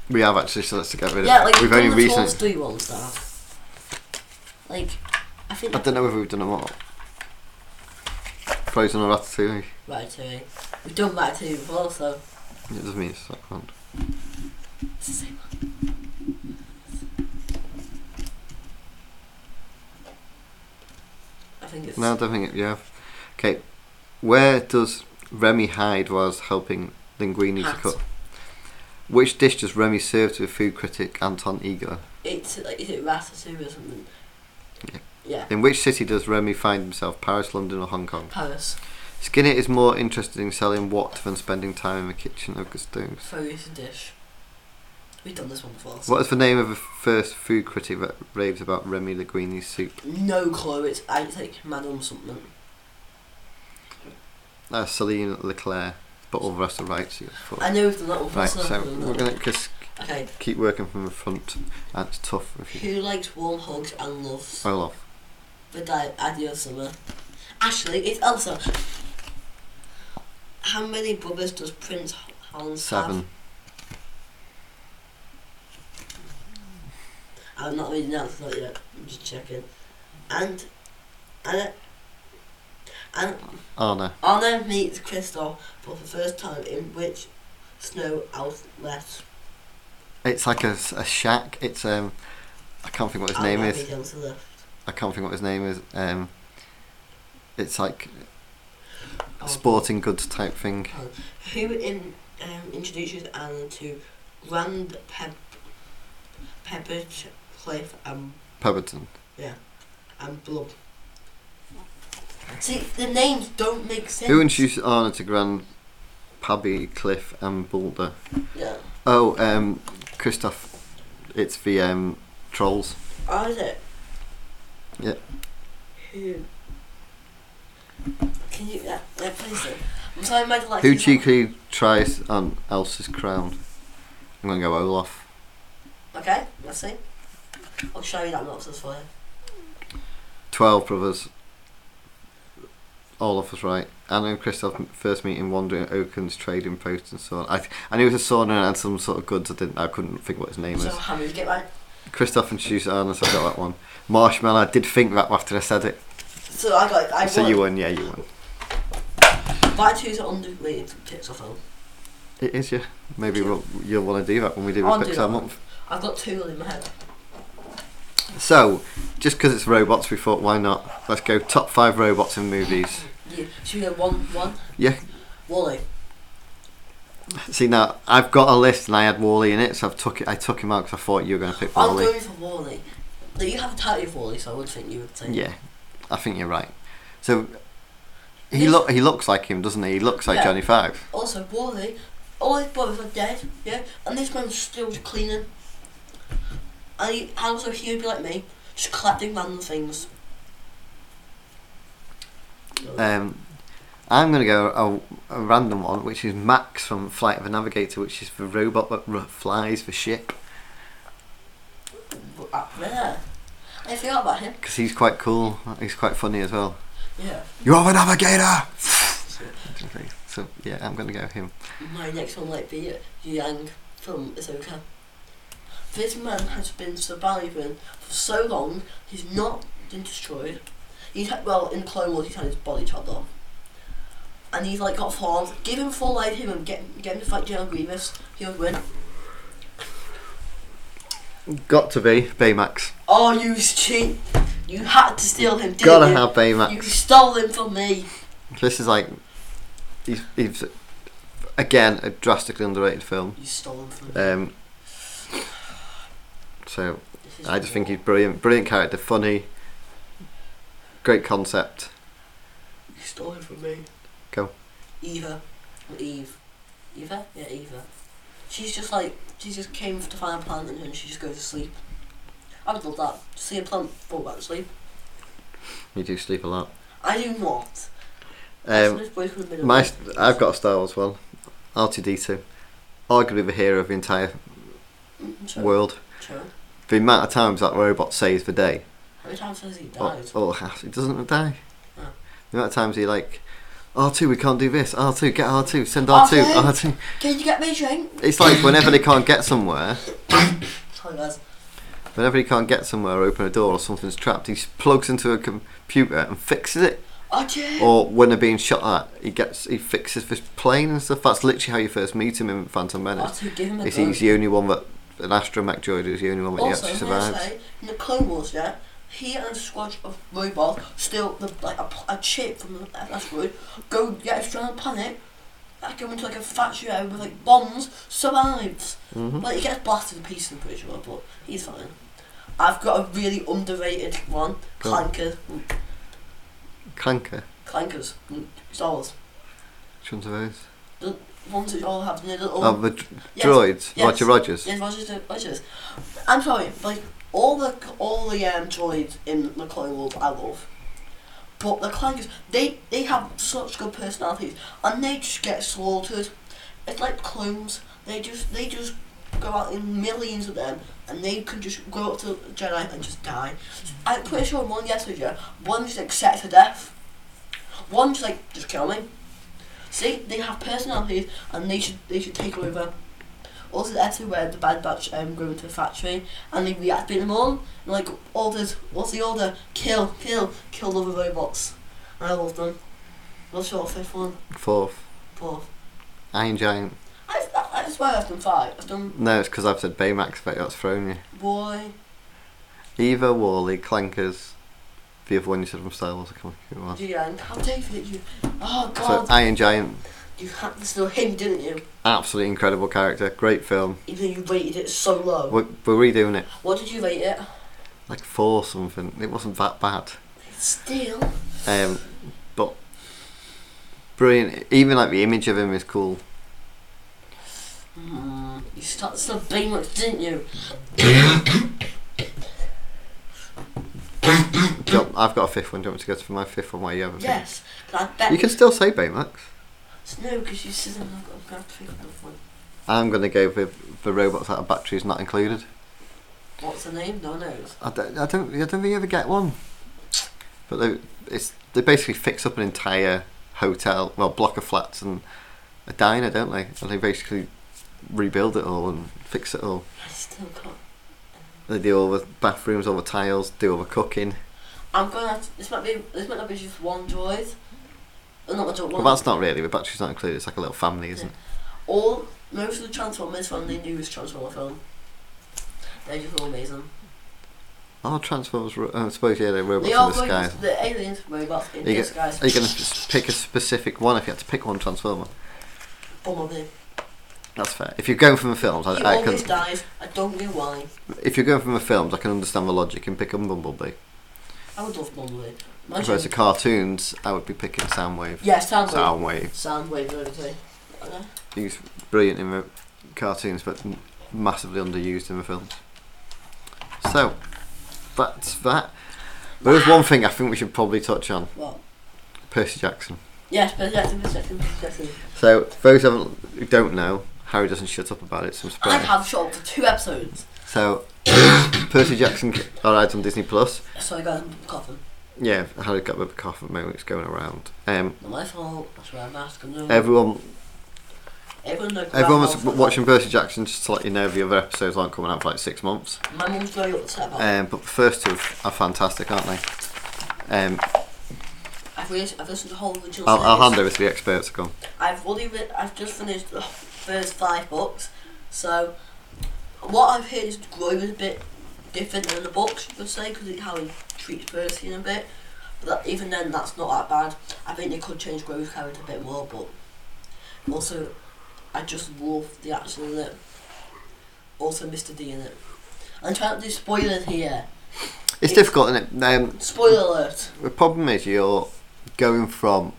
[SPEAKER 2] We have actually, so let's get rid of.
[SPEAKER 3] yeah, like
[SPEAKER 2] We've
[SPEAKER 3] done
[SPEAKER 2] only
[SPEAKER 3] the Toy
[SPEAKER 2] recently.
[SPEAKER 3] Story ones now. Like I think
[SPEAKER 2] I don't know whether we've done them all. Frozen or Ratatouille.
[SPEAKER 3] Ratatouille. We've done Ratatouille before, so
[SPEAKER 2] It doesn't mean it's that round.
[SPEAKER 3] it's the same one. I think it's
[SPEAKER 2] No, I don't think it, yeah. Okay, where does Remy hide whilst helping Linguini
[SPEAKER 3] Hat.
[SPEAKER 2] to cook? Which dish does Remy serve to the food critic Anton Ego?
[SPEAKER 3] it's like is it Ratatouille or something?
[SPEAKER 2] Yeah.
[SPEAKER 3] Yeah.
[SPEAKER 2] In which city does Remy find himself? Paris, London, or Hong Kong?
[SPEAKER 3] Paris.
[SPEAKER 2] Skinner is more interested in selling what than spending time in the kitchen of Gusto's.
[SPEAKER 3] Frozen dish. We've done this one before. so-
[SPEAKER 2] What is the name of the first food critic that raves about Remy Linguini's soup?
[SPEAKER 3] No clue. It's I think Madame something.
[SPEAKER 2] Uh, Celine Leclerc, but all the rest are right. So you're full.
[SPEAKER 3] I know we've done that one.
[SPEAKER 2] right,
[SPEAKER 3] so
[SPEAKER 2] so
[SPEAKER 3] we've done that
[SPEAKER 2] we're
[SPEAKER 3] one.
[SPEAKER 2] going to just
[SPEAKER 3] Okay.
[SPEAKER 2] keep working from the front. That's tough. If you
[SPEAKER 3] Who likes warm hugs and loves
[SPEAKER 2] well off.
[SPEAKER 3] the di- idea of summer? Ashley, it's Elsa. How many brothers does Prince H- Hans
[SPEAKER 2] Seven.
[SPEAKER 3] have? I'm not reading that it's not yet. I'm just checking. And Anna and
[SPEAKER 2] Anna.
[SPEAKER 3] Anna meets Kristoff for the first time in which snow outlet?
[SPEAKER 2] It's like a, s- a shack. It's um, I can't think what his
[SPEAKER 3] I'll
[SPEAKER 2] name
[SPEAKER 3] not
[SPEAKER 2] is.
[SPEAKER 3] read down to the-
[SPEAKER 2] I can't think what his name is. Um, it's like
[SPEAKER 3] I'll-
[SPEAKER 2] sporting goods type thing.
[SPEAKER 3] oh, Who in, um, introduces Anna to Grand Pep, Peppercliff and,
[SPEAKER 2] Pemberton.
[SPEAKER 3] and Blood? See, the names don't make sense.
[SPEAKER 2] Who introduced Anna to Grand Pabby Cliff and Boulder?
[SPEAKER 3] Yeah.
[SPEAKER 2] Oh, um, Christoph. It's the um, trolls.
[SPEAKER 3] Oh, is it?
[SPEAKER 2] Yeah.
[SPEAKER 3] Who? Can you... Uh, uh, please do. I'm sorry, Michael. Like,
[SPEAKER 2] Who
[SPEAKER 3] he's not-
[SPEAKER 2] cheekily tries on Elsa's crown? I'm gonna go Olaf.
[SPEAKER 3] Okay, let's see. I'll show you that nonsense for you.
[SPEAKER 2] Twelve brothers. Olaf was right. Anna and Christoph m- first meet in Wandering at Oaken's trading post and so on. I, th- I knew it was a sauna and it had some sort of goods. I didn't. I couldn't think what his name
[SPEAKER 3] So,
[SPEAKER 2] was.
[SPEAKER 3] how many you get right?
[SPEAKER 2] Christoph and Susanna. So I got that one. Marshmallow. I did think that after I said it.
[SPEAKER 3] So, I got... I
[SPEAKER 2] so
[SPEAKER 3] won.
[SPEAKER 2] you won. Yeah, you won.
[SPEAKER 3] Back to the underrated tips of film.
[SPEAKER 2] It is. Yeah. Maybe we'll, you'll want to do that when we do
[SPEAKER 3] I'll
[SPEAKER 2] the
[SPEAKER 3] do
[SPEAKER 2] Pixar
[SPEAKER 3] that.
[SPEAKER 2] month.
[SPEAKER 3] I've got two in my head.
[SPEAKER 2] So, just because it's robots, we thought, why not? Let's go top five robots in movies.
[SPEAKER 3] Yeah, should we go one, one?
[SPEAKER 2] Yeah.
[SPEAKER 3] Wally.
[SPEAKER 2] See now, I've got a list and I had Wally in it, so I've took it. I took him out because I thought you were going to pick
[SPEAKER 3] I'm
[SPEAKER 2] Wally.
[SPEAKER 3] going for Wally. No, you have a title for Wally, so I would think you would say.
[SPEAKER 2] Yeah, I think you're right. So he
[SPEAKER 3] This-
[SPEAKER 2] look he looks like him, doesn't he? He looks like
[SPEAKER 3] Yeah.
[SPEAKER 2] Johnny Five.
[SPEAKER 3] Also, Wally, all his brothers are dead, yeah? And this man's still cleaning. And, he, and also, he would be like me, just collecting random things.
[SPEAKER 2] Um, I'm going to go a, a random one, which is Max from Flight of the Navigator, which is the robot that r- flies the ship
[SPEAKER 3] Uh, yeah. I forgot about him.
[SPEAKER 2] because he's quite cool. He's quite funny as well.
[SPEAKER 3] Yeah.
[SPEAKER 2] You're the navigator. Okay, so yeah, I'm going to go him.
[SPEAKER 3] My next one might be Yang from Ahsoka. This man has been surviving for so long, he's not been destroyed. He's had, well, in Clone Wars, he's had his body chopped off. And he's like got forms. Give him full life, him, and get, get him to fight General Grievous. He'll win.
[SPEAKER 2] Got to be Baymax.
[SPEAKER 3] Oh, you cheat! You had to steal him, didn't
[SPEAKER 2] Gotta
[SPEAKER 3] you?
[SPEAKER 2] have
[SPEAKER 3] You
[SPEAKER 2] Baymax.
[SPEAKER 3] stole him from me.
[SPEAKER 2] This is like, he's, he's again a drastically underrated film.
[SPEAKER 3] You stole him from me.
[SPEAKER 2] Um, so
[SPEAKER 3] This is
[SPEAKER 2] I just think
[SPEAKER 3] war.
[SPEAKER 2] he's brilliant, brilliant character, funny, great concept.
[SPEAKER 3] You stole it from me.
[SPEAKER 2] Go.
[SPEAKER 3] Eva. Or Eve. Eva? Yeah, Eva. She's just like, she just came to find a plant and then she just goes to sleep. I would love that. Just see a plant fall back to sleep.
[SPEAKER 2] You do sleep a lot.
[SPEAKER 3] I do not.
[SPEAKER 2] Um,
[SPEAKER 3] This boy's from the middle
[SPEAKER 2] my,
[SPEAKER 3] east.
[SPEAKER 2] I've got a Star Wars one. R2D2, arguably the hero of the entire
[SPEAKER 3] Mm, True.
[SPEAKER 2] world.
[SPEAKER 3] True.
[SPEAKER 2] The amount of times that robot saves the day.
[SPEAKER 3] How many times has he
[SPEAKER 2] Oh,
[SPEAKER 3] died?
[SPEAKER 2] oh, half- he doesn't die.
[SPEAKER 3] Oh.
[SPEAKER 2] The amount of times he like, R two, we can't do this. R two, get R two, send R two,
[SPEAKER 3] R2.
[SPEAKER 2] R two.
[SPEAKER 3] Can you get me a drink?
[SPEAKER 2] It's like whenever they can't get somewhere,
[SPEAKER 3] Sorry guys.
[SPEAKER 2] Whenever he can't get somewhere, or open a door, or something's trapped, he s- plugs into a computer and fixes it.
[SPEAKER 3] Okay.
[SPEAKER 2] Or when they're being shot at, he gets he fixes this plane and stuff. That's literally how you first meet him in Phantom Menace.
[SPEAKER 3] Also, give him a
[SPEAKER 2] He's,
[SPEAKER 3] gun.
[SPEAKER 2] he's the only one that an astromech droid is the only one that
[SPEAKER 3] Also,
[SPEAKER 2] actually
[SPEAKER 3] I'm gonna
[SPEAKER 2] survives.
[SPEAKER 3] say, in the Clone Wars, yeah, he and a squad of robots steal the, like a, pl- a chip from the asteroid, go get it from the planet, like, go into like a factory area with like bombs, survives.
[SPEAKER 2] Mhm.
[SPEAKER 3] But he gets blasted to pieces, I'm pretty sure, but he's fine. I've got a really underrated one,
[SPEAKER 2] Go on.
[SPEAKER 3] Clanker. Mm,
[SPEAKER 2] Clanker,
[SPEAKER 3] Clankers. Mm, Star Wars.
[SPEAKER 2] which one's of those?
[SPEAKER 3] Ones that all have near the little.
[SPEAKER 2] Oh, the dr-
[SPEAKER 3] Yes,
[SPEAKER 2] droids.
[SPEAKER 3] yes.
[SPEAKER 2] Roger Rogers.
[SPEAKER 3] Yes, Rogers did. Rogers. I'm sorry, but, like all the all the um, droids in the Clone Wars, I love. But the Clangers, they they have such good personalities, and they just get slaughtered. It's like clones. They just they just go out in millions of them, and they can just go up to the Jedi and just die. I'm pretty sure one yesterday, yeah, one just accepts her death. One just like just kill me. See, they have personalities, and they should they should take over. Also, that's where the Bad Batch um, go into the factory and they react to them all. And, like, orders, what's the order? Kill, kill, kill all the robots. And I love them. What's your fifth one?
[SPEAKER 2] Fourth.
[SPEAKER 3] Fourth.
[SPEAKER 2] Iron Giant.
[SPEAKER 3] I, I, I swear I've done five. I've done
[SPEAKER 2] No, it's because I've said Baymax, but that's thrown you.
[SPEAKER 3] boy.
[SPEAKER 2] Eva, Wally, Clankers, the other one you said from Star Wars, I can't remember who it
[SPEAKER 3] GN. How dare you forget you? Oh,
[SPEAKER 2] was.
[SPEAKER 3] God.
[SPEAKER 2] So, Iron Giant,
[SPEAKER 3] you had to steal him, didn't you?
[SPEAKER 2] absolutely incredible character, great film.
[SPEAKER 3] Even though you rated it so low.
[SPEAKER 2] We're, we're redoing it,
[SPEAKER 3] What did you rate it?
[SPEAKER 2] like four something. It wasn't that bad.
[SPEAKER 3] Still.
[SPEAKER 2] Um, but brilliant. Even like the image of him is cool.
[SPEAKER 3] Mm, you started to steal Baymax, didn't you?
[SPEAKER 2] Do you want- I've got a fifth one. Do you want me to go to my fifth one? Why you haven't? finished?
[SPEAKER 3] Yes. 'cause I bet.
[SPEAKER 2] You can still say Baymax.
[SPEAKER 3] No, because you said I'm not going to pick up the one.
[SPEAKER 2] I'm gonna go with the robots that are batteries not included.
[SPEAKER 3] What's the name? No one knows.
[SPEAKER 2] I don't, I don't, I don't think you ever get one. But they, it's they basically fix up an entire hotel, well, block of flats and a diner, don't they? And they basically rebuild it all and fix it all.
[SPEAKER 3] I still can't.
[SPEAKER 2] They do all the bathrooms, all the tiles, do all the cooking.
[SPEAKER 3] I'm gonna. Have to, this might be. This might not be just one droid. Uh, Not one droid.
[SPEAKER 2] Well,
[SPEAKER 3] One.
[SPEAKER 2] that's not really the batteries not included. It's like a little family, isn't it?
[SPEAKER 3] all. Most of the Transformers film they knew was Transformer film. They're just all amazing.
[SPEAKER 2] Oh, Transformers. ro- oh, I suppose yeah, they're robots
[SPEAKER 3] They
[SPEAKER 2] in
[SPEAKER 3] are
[SPEAKER 2] disguise.
[SPEAKER 3] robots. The aliens robots in
[SPEAKER 2] Are you, go-
[SPEAKER 3] disguise.
[SPEAKER 2] are you going to pick a specific one if you had to pick one Transformer?
[SPEAKER 3] Bumblebee.
[SPEAKER 2] That's fair. If you're going from the films,
[SPEAKER 3] he
[SPEAKER 2] I, I
[SPEAKER 3] always
[SPEAKER 2] can.
[SPEAKER 3] dies. I don't know why.
[SPEAKER 2] If you're going from the films, I can understand the logic and pick a Bumblebee.
[SPEAKER 3] I would love Bumblebee.
[SPEAKER 2] If it was the
[SPEAKER 3] Imagine.
[SPEAKER 2] cartoons, I would be picking Soundwave.
[SPEAKER 3] Yeah,
[SPEAKER 2] Soundwave.
[SPEAKER 3] Soundwave. Soundwave robots. Okay.
[SPEAKER 2] He's brilliant in the cartoons, but m- massively underused in the films. So, that's that. There is one thing I think we should probably touch on
[SPEAKER 3] What?
[SPEAKER 2] Percy Jackson.
[SPEAKER 3] Yes, perception, perception, perception.
[SPEAKER 2] So, for those haven't, who don't know, Harry doesn't shut up about it, so I'm
[SPEAKER 3] I
[SPEAKER 2] surprised.
[SPEAKER 3] have shot up for two episodes.
[SPEAKER 2] So, Percy Jackson arrived on Disney Plus.
[SPEAKER 3] So I got in the coffin.
[SPEAKER 2] Yeah, Harry got a bit of a cough at the moment, it's going around. Um,
[SPEAKER 3] Not my fault. That's why I'm asking.
[SPEAKER 2] everyone
[SPEAKER 3] Everyone, knows
[SPEAKER 2] Everyone was
[SPEAKER 3] about-
[SPEAKER 2] watching Percy Jackson just to let you know the other episodes aren't coming out for like six months.
[SPEAKER 3] My mum's very upset about it.
[SPEAKER 2] Um, but the first two are fantastic, aren't they? Um,
[SPEAKER 3] I've, re- I've listened to the whole original
[SPEAKER 2] I'll, I'll
[SPEAKER 3] series.
[SPEAKER 2] hand over to the experts. Go on.
[SPEAKER 3] I've already re- I've just finished the first five books, so what I've heard is Grover is a bit different than the books, you could say, because how he treats Percy in a bit. But that, even then, that's not that bad. I think they could change Grover's character a bit more, but also I just love the action in it. Also, Mr. D in it. I'm trying to do spoilers here.
[SPEAKER 2] It's
[SPEAKER 3] It's-
[SPEAKER 2] difficult, isn't it? Um,
[SPEAKER 3] Spoiler alert.
[SPEAKER 2] the problem is you're going from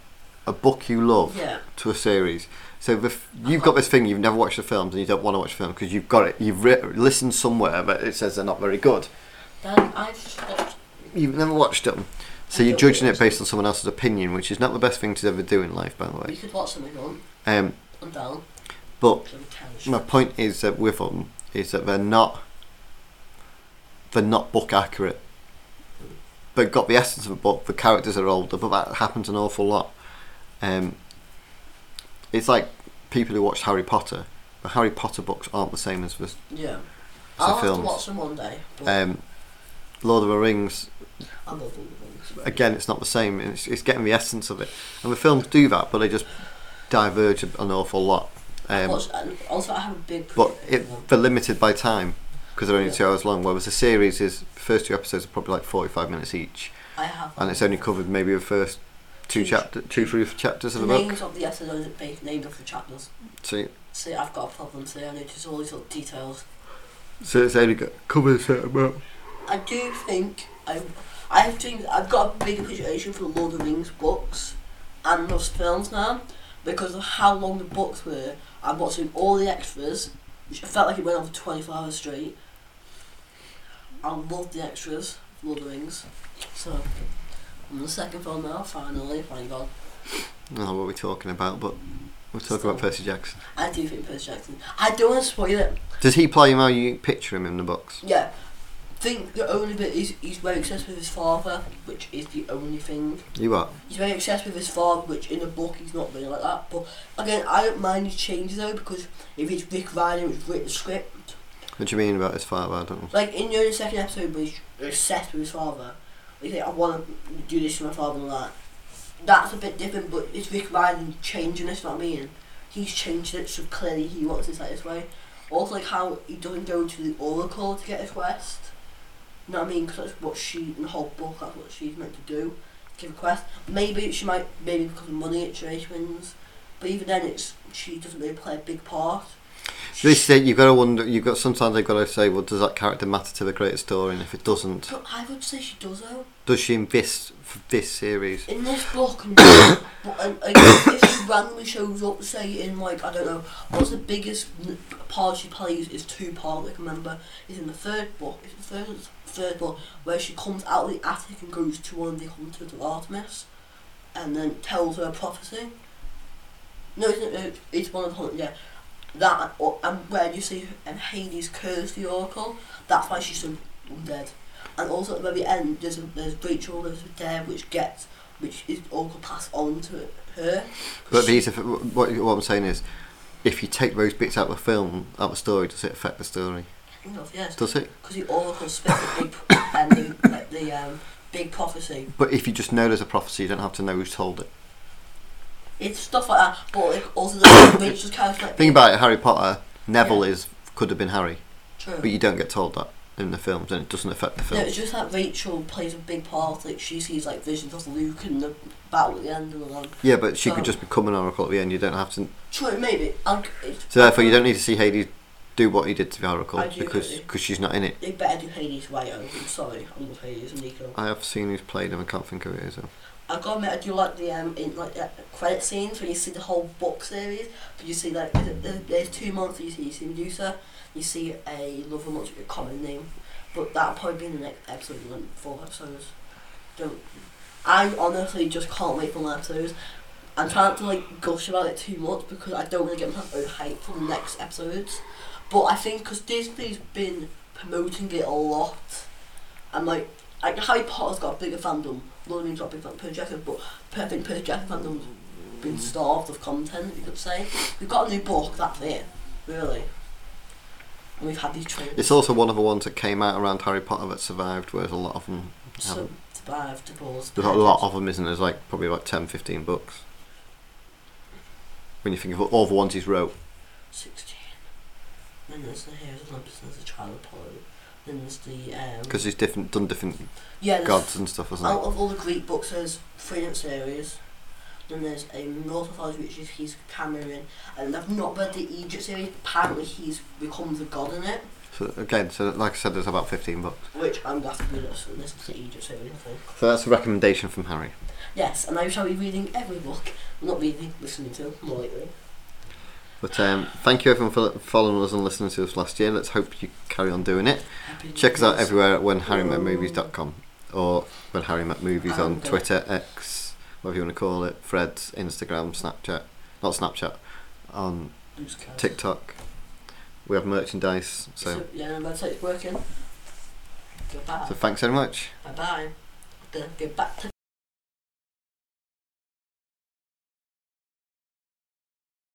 [SPEAKER 2] a book you love
[SPEAKER 3] Yeah.
[SPEAKER 2] to a series. So the f- you've got this thing you've never watched the films and you don't want to watch the film because you've got it. You've re- listened somewhere that it says they're not very good.
[SPEAKER 3] Dad, I've just watched
[SPEAKER 2] You've never watched them, so
[SPEAKER 3] I
[SPEAKER 2] you're
[SPEAKER 3] don't
[SPEAKER 2] judging it
[SPEAKER 3] watch
[SPEAKER 2] based on someone else's opinion, which is not the best thing to ever do in life, by the
[SPEAKER 3] We
[SPEAKER 2] way.
[SPEAKER 3] could watch something on.
[SPEAKER 2] Um,
[SPEAKER 3] I'm down.
[SPEAKER 2] but
[SPEAKER 3] Can we tell
[SPEAKER 2] My point is that with them is that they're not they're not book accurate. They've got the essence of a book. The characters are older, but that happens an awful lot. Um, it's like people who watch Harry Potter. The Harry Potter books aren't the same as the
[SPEAKER 3] Yeah. I'll have to
[SPEAKER 2] films.
[SPEAKER 3] watch them one day. But
[SPEAKER 2] Um, Lord of the Rings
[SPEAKER 3] I love all the ones.
[SPEAKER 2] again, it's not the same. It's, it's getting the essence of it, and the films do that, but they just diverge an awful lot. Um,
[SPEAKER 3] Watch- and also, I have a big.
[SPEAKER 2] but it,
[SPEAKER 3] problem.
[SPEAKER 2] they're limited by time because they're only
[SPEAKER 3] Yeah.
[SPEAKER 2] two hours long. Whereas the series is the first two episodes are probably like forty-five minutes each,
[SPEAKER 3] I have.
[SPEAKER 2] and it's only covered maybe the first two
[SPEAKER 3] Two
[SPEAKER 2] chapter, two three chapters
[SPEAKER 3] the
[SPEAKER 2] of the book.
[SPEAKER 3] names of the episodes are based named off the chapters.
[SPEAKER 2] So,
[SPEAKER 3] See, I've got a problem. See, I notice all these little details.
[SPEAKER 2] so it's only got covered a certain amount.
[SPEAKER 3] I do think I, I have to, I've got a big appreciation for the Lord of the Rings books and those films now because of how long the books were and watching all the extras, which I felt like it went on for 24 hours straight. I love the extras, of Lord of the Rings. So, I'm on the second film now, finally, thank God.
[SPEAKER 2] I don't know what we're talking about, but we're talking about Percy Jackson.
[SPEAKER 3] I do think Percy Jackson. I don't want to spoil it.
[SPEAKER 2] Does he play him how you picture him in the books?
[SPEAKER 3] Yeah. think the only bit is he's very obsessed with his father, which is the only thing.
[SPEAKER 2] You are.
[SPEAKER 3] He's very obsessed with his father, which in the book he's not really like that. But again, I don't mind his changes though, because if it's Rick Ryder who's written the script,
[SPEAKER 2] What do you mean about his father? I don't know.
[SPEAKER 3] like in the second episode, where he's obsessed with his father, he's like, I want to do this to my father and all that. That's a bit different, but it's Rick Ryder changing this, you know what I mean? He's changed it, so clearly he wants this like this way. Also, like how he doesn't go to the Oracle to get his quest. You know what I mean? Because that's what she, in the whole book, that's what she's meant to do. Give a quest. Maybe she might, maybe because of money, it's race wins. But even then, it's she doesn't really play a big part.
[SPEAKER 2] This thing you've got to wonder. You've got sometimes they've got to say, well, does that character matter to the greater story? And if it doesn't,
[SPEAKER 3] But I would say she does though.
[SPEAKER 2] does she in this for this series?
[SPEAKER 3] in this book, no, but um, like, if she randomly shows up, say in like I don't know, what's the biggest n- part she plays is two part. Like I remember, is in the third book. It's the third third book where she comes out of the attic and goes to one of the hunters of Artemis, and then tells her a prophecy. No, it's, it's- it's one of the hunters. Yeah, that or, and where you see and Hades curse the oracle. That's why she's so undead. And also at the very end, there's a, there's Rachel, there's a dare which gets which is oracle passed on to her.
[SPEAKER 2] But these, if, what, what I'm saying is, if you take those bits out of the film, out of the story, does it affect the story?
[SPEAKER 3] yes,
[SPEAKER 2] Does it?
[SPEAKER 3] because the oracle spits the big and the, like, the um, big prophecy.
[SPEAKER 2] But if you just know there's a prophecy, you don't have to know who's told it.
[SPEAKER 3] It's stuff like that, but like, also the Rachel's character. Like,
[SPEAKER 2] Think about it. Harry Potter, Neville
[SPEAKER 3] Yeah.
[SPEAKER 2] is could have been Harry,
[SPEAKER 3] True.
[SPEAKER 2] but you don't get told that in the films, and it doesn't affect the
[SPEAKER 3] No,
[SPEAKER 2] film.
[SPEAKER 3] it's just that Rachel plays a big part. Like she sees like visions of Luke and the battle at the end and all that.
[SPEAKER 2] Yeah, but she
[SPEAKER 3] Um,
[SPEAKER 2] could just become an oracle at the end. You don't have to.
[SPEAKER 3] True, maybe. And it's,
[SPEAKER 2] So therefore, you don't need to see Hades do what he did to the oracle
[SPEAKER 3] I do
[SPEAKER 2] because
[SPEAKER 3] agree.
[SPEAKER 2] cause she's not in it.
[SPEAKER 3] They better do Hades right. Oh, I'm sorry, I love Hades and Nico.
[SPEAKER 2] I have seen who's played him. I can't think of it as well.
[SPEAKER 3] I gotta admit, I do like the um, in, like the credit scenes when you see the whole book series. But you see like th- th- there's two months you see you see Medusa, you see a lover much a common name, but that'll probably be in the next episode, like four episodes. Don't. I honestly just can't wait for the episodes. I'm trying not to like gush about it too much because I don't want to get myself overhyped for the next episodes. But I think because Disney's been promoting it a lot, and like like Harry Potter's got a bigger fandom, Lord of the Rings got a big fandom, Percy Jackson, but I think Percy Jackson fandom's been starved of content, you could say. We've got a new book, that's it, really. And we've had these trailers
[SPEAKER 2] It's also one of the ones that came out around Harry Potter that survived, whereas a lot of them
[SPEAKER 3] so,
[SPEAKER 2] haven't.
[SPEAKER 3] survived, divorced.
[SPEAKER 2] Um, There's a lot of them, isn't there? There's like probably like 10, 15 books. When you think of all the ones he's wrote,
[SPEAKER 3] 16. Then there's the Heroes of Olympus, there's the Trial of Apollo, then there's the. Um,
[SPEAKER 2] because he's different, done different
[SPEAKER 3] yeah, there's
[SPEAKER 2] gods and stuff, hasn't
[SPEAKER 3] Out of all the Greek books, there's three different series. Then there's a North Mythology, which is he's Cameron, and I've not read the Egypt series. Apparently, he's become the god in it,
[SPEAKER 2] he? So again, so like I said, there's about 15 books.
[SPEAKER 3] which I'm glad to be listen to listen to the Egypt series. I think.
[SPEAKER 2] So that's a recommendation from Harry.
[SPEAKER 3] Yes, and I shall be reading every book. Not reading, listening to more likely.
[SPEAKER 2] But um, thank you everyone for following us and listening to us last year. Let's hope you carry on doing it.
[SPEAKER 3] Happy
[SPEAKER 2] Check us out
[SPEAKER 3] New Year's.
[SPEAKER 2] everywhere at whenharrymetmovies.com or when Harry Met Movies on
[SPEAKER 3] And, uh,
[SPEAKER 2] Twitter, X, whatever you want to call it, Fred's, Instagram, Snapchat, not Snapchat, on
[SPEAKER 3] Newscast.
[SPEAKER 2] TikTok. We have merchandise, so
[SPEAKER 3] So, yeah, my website's working. Goodbye.
[SPEAKER 2] so thanks very much.
[SPEAKER 3] bye bye. Gonna go back to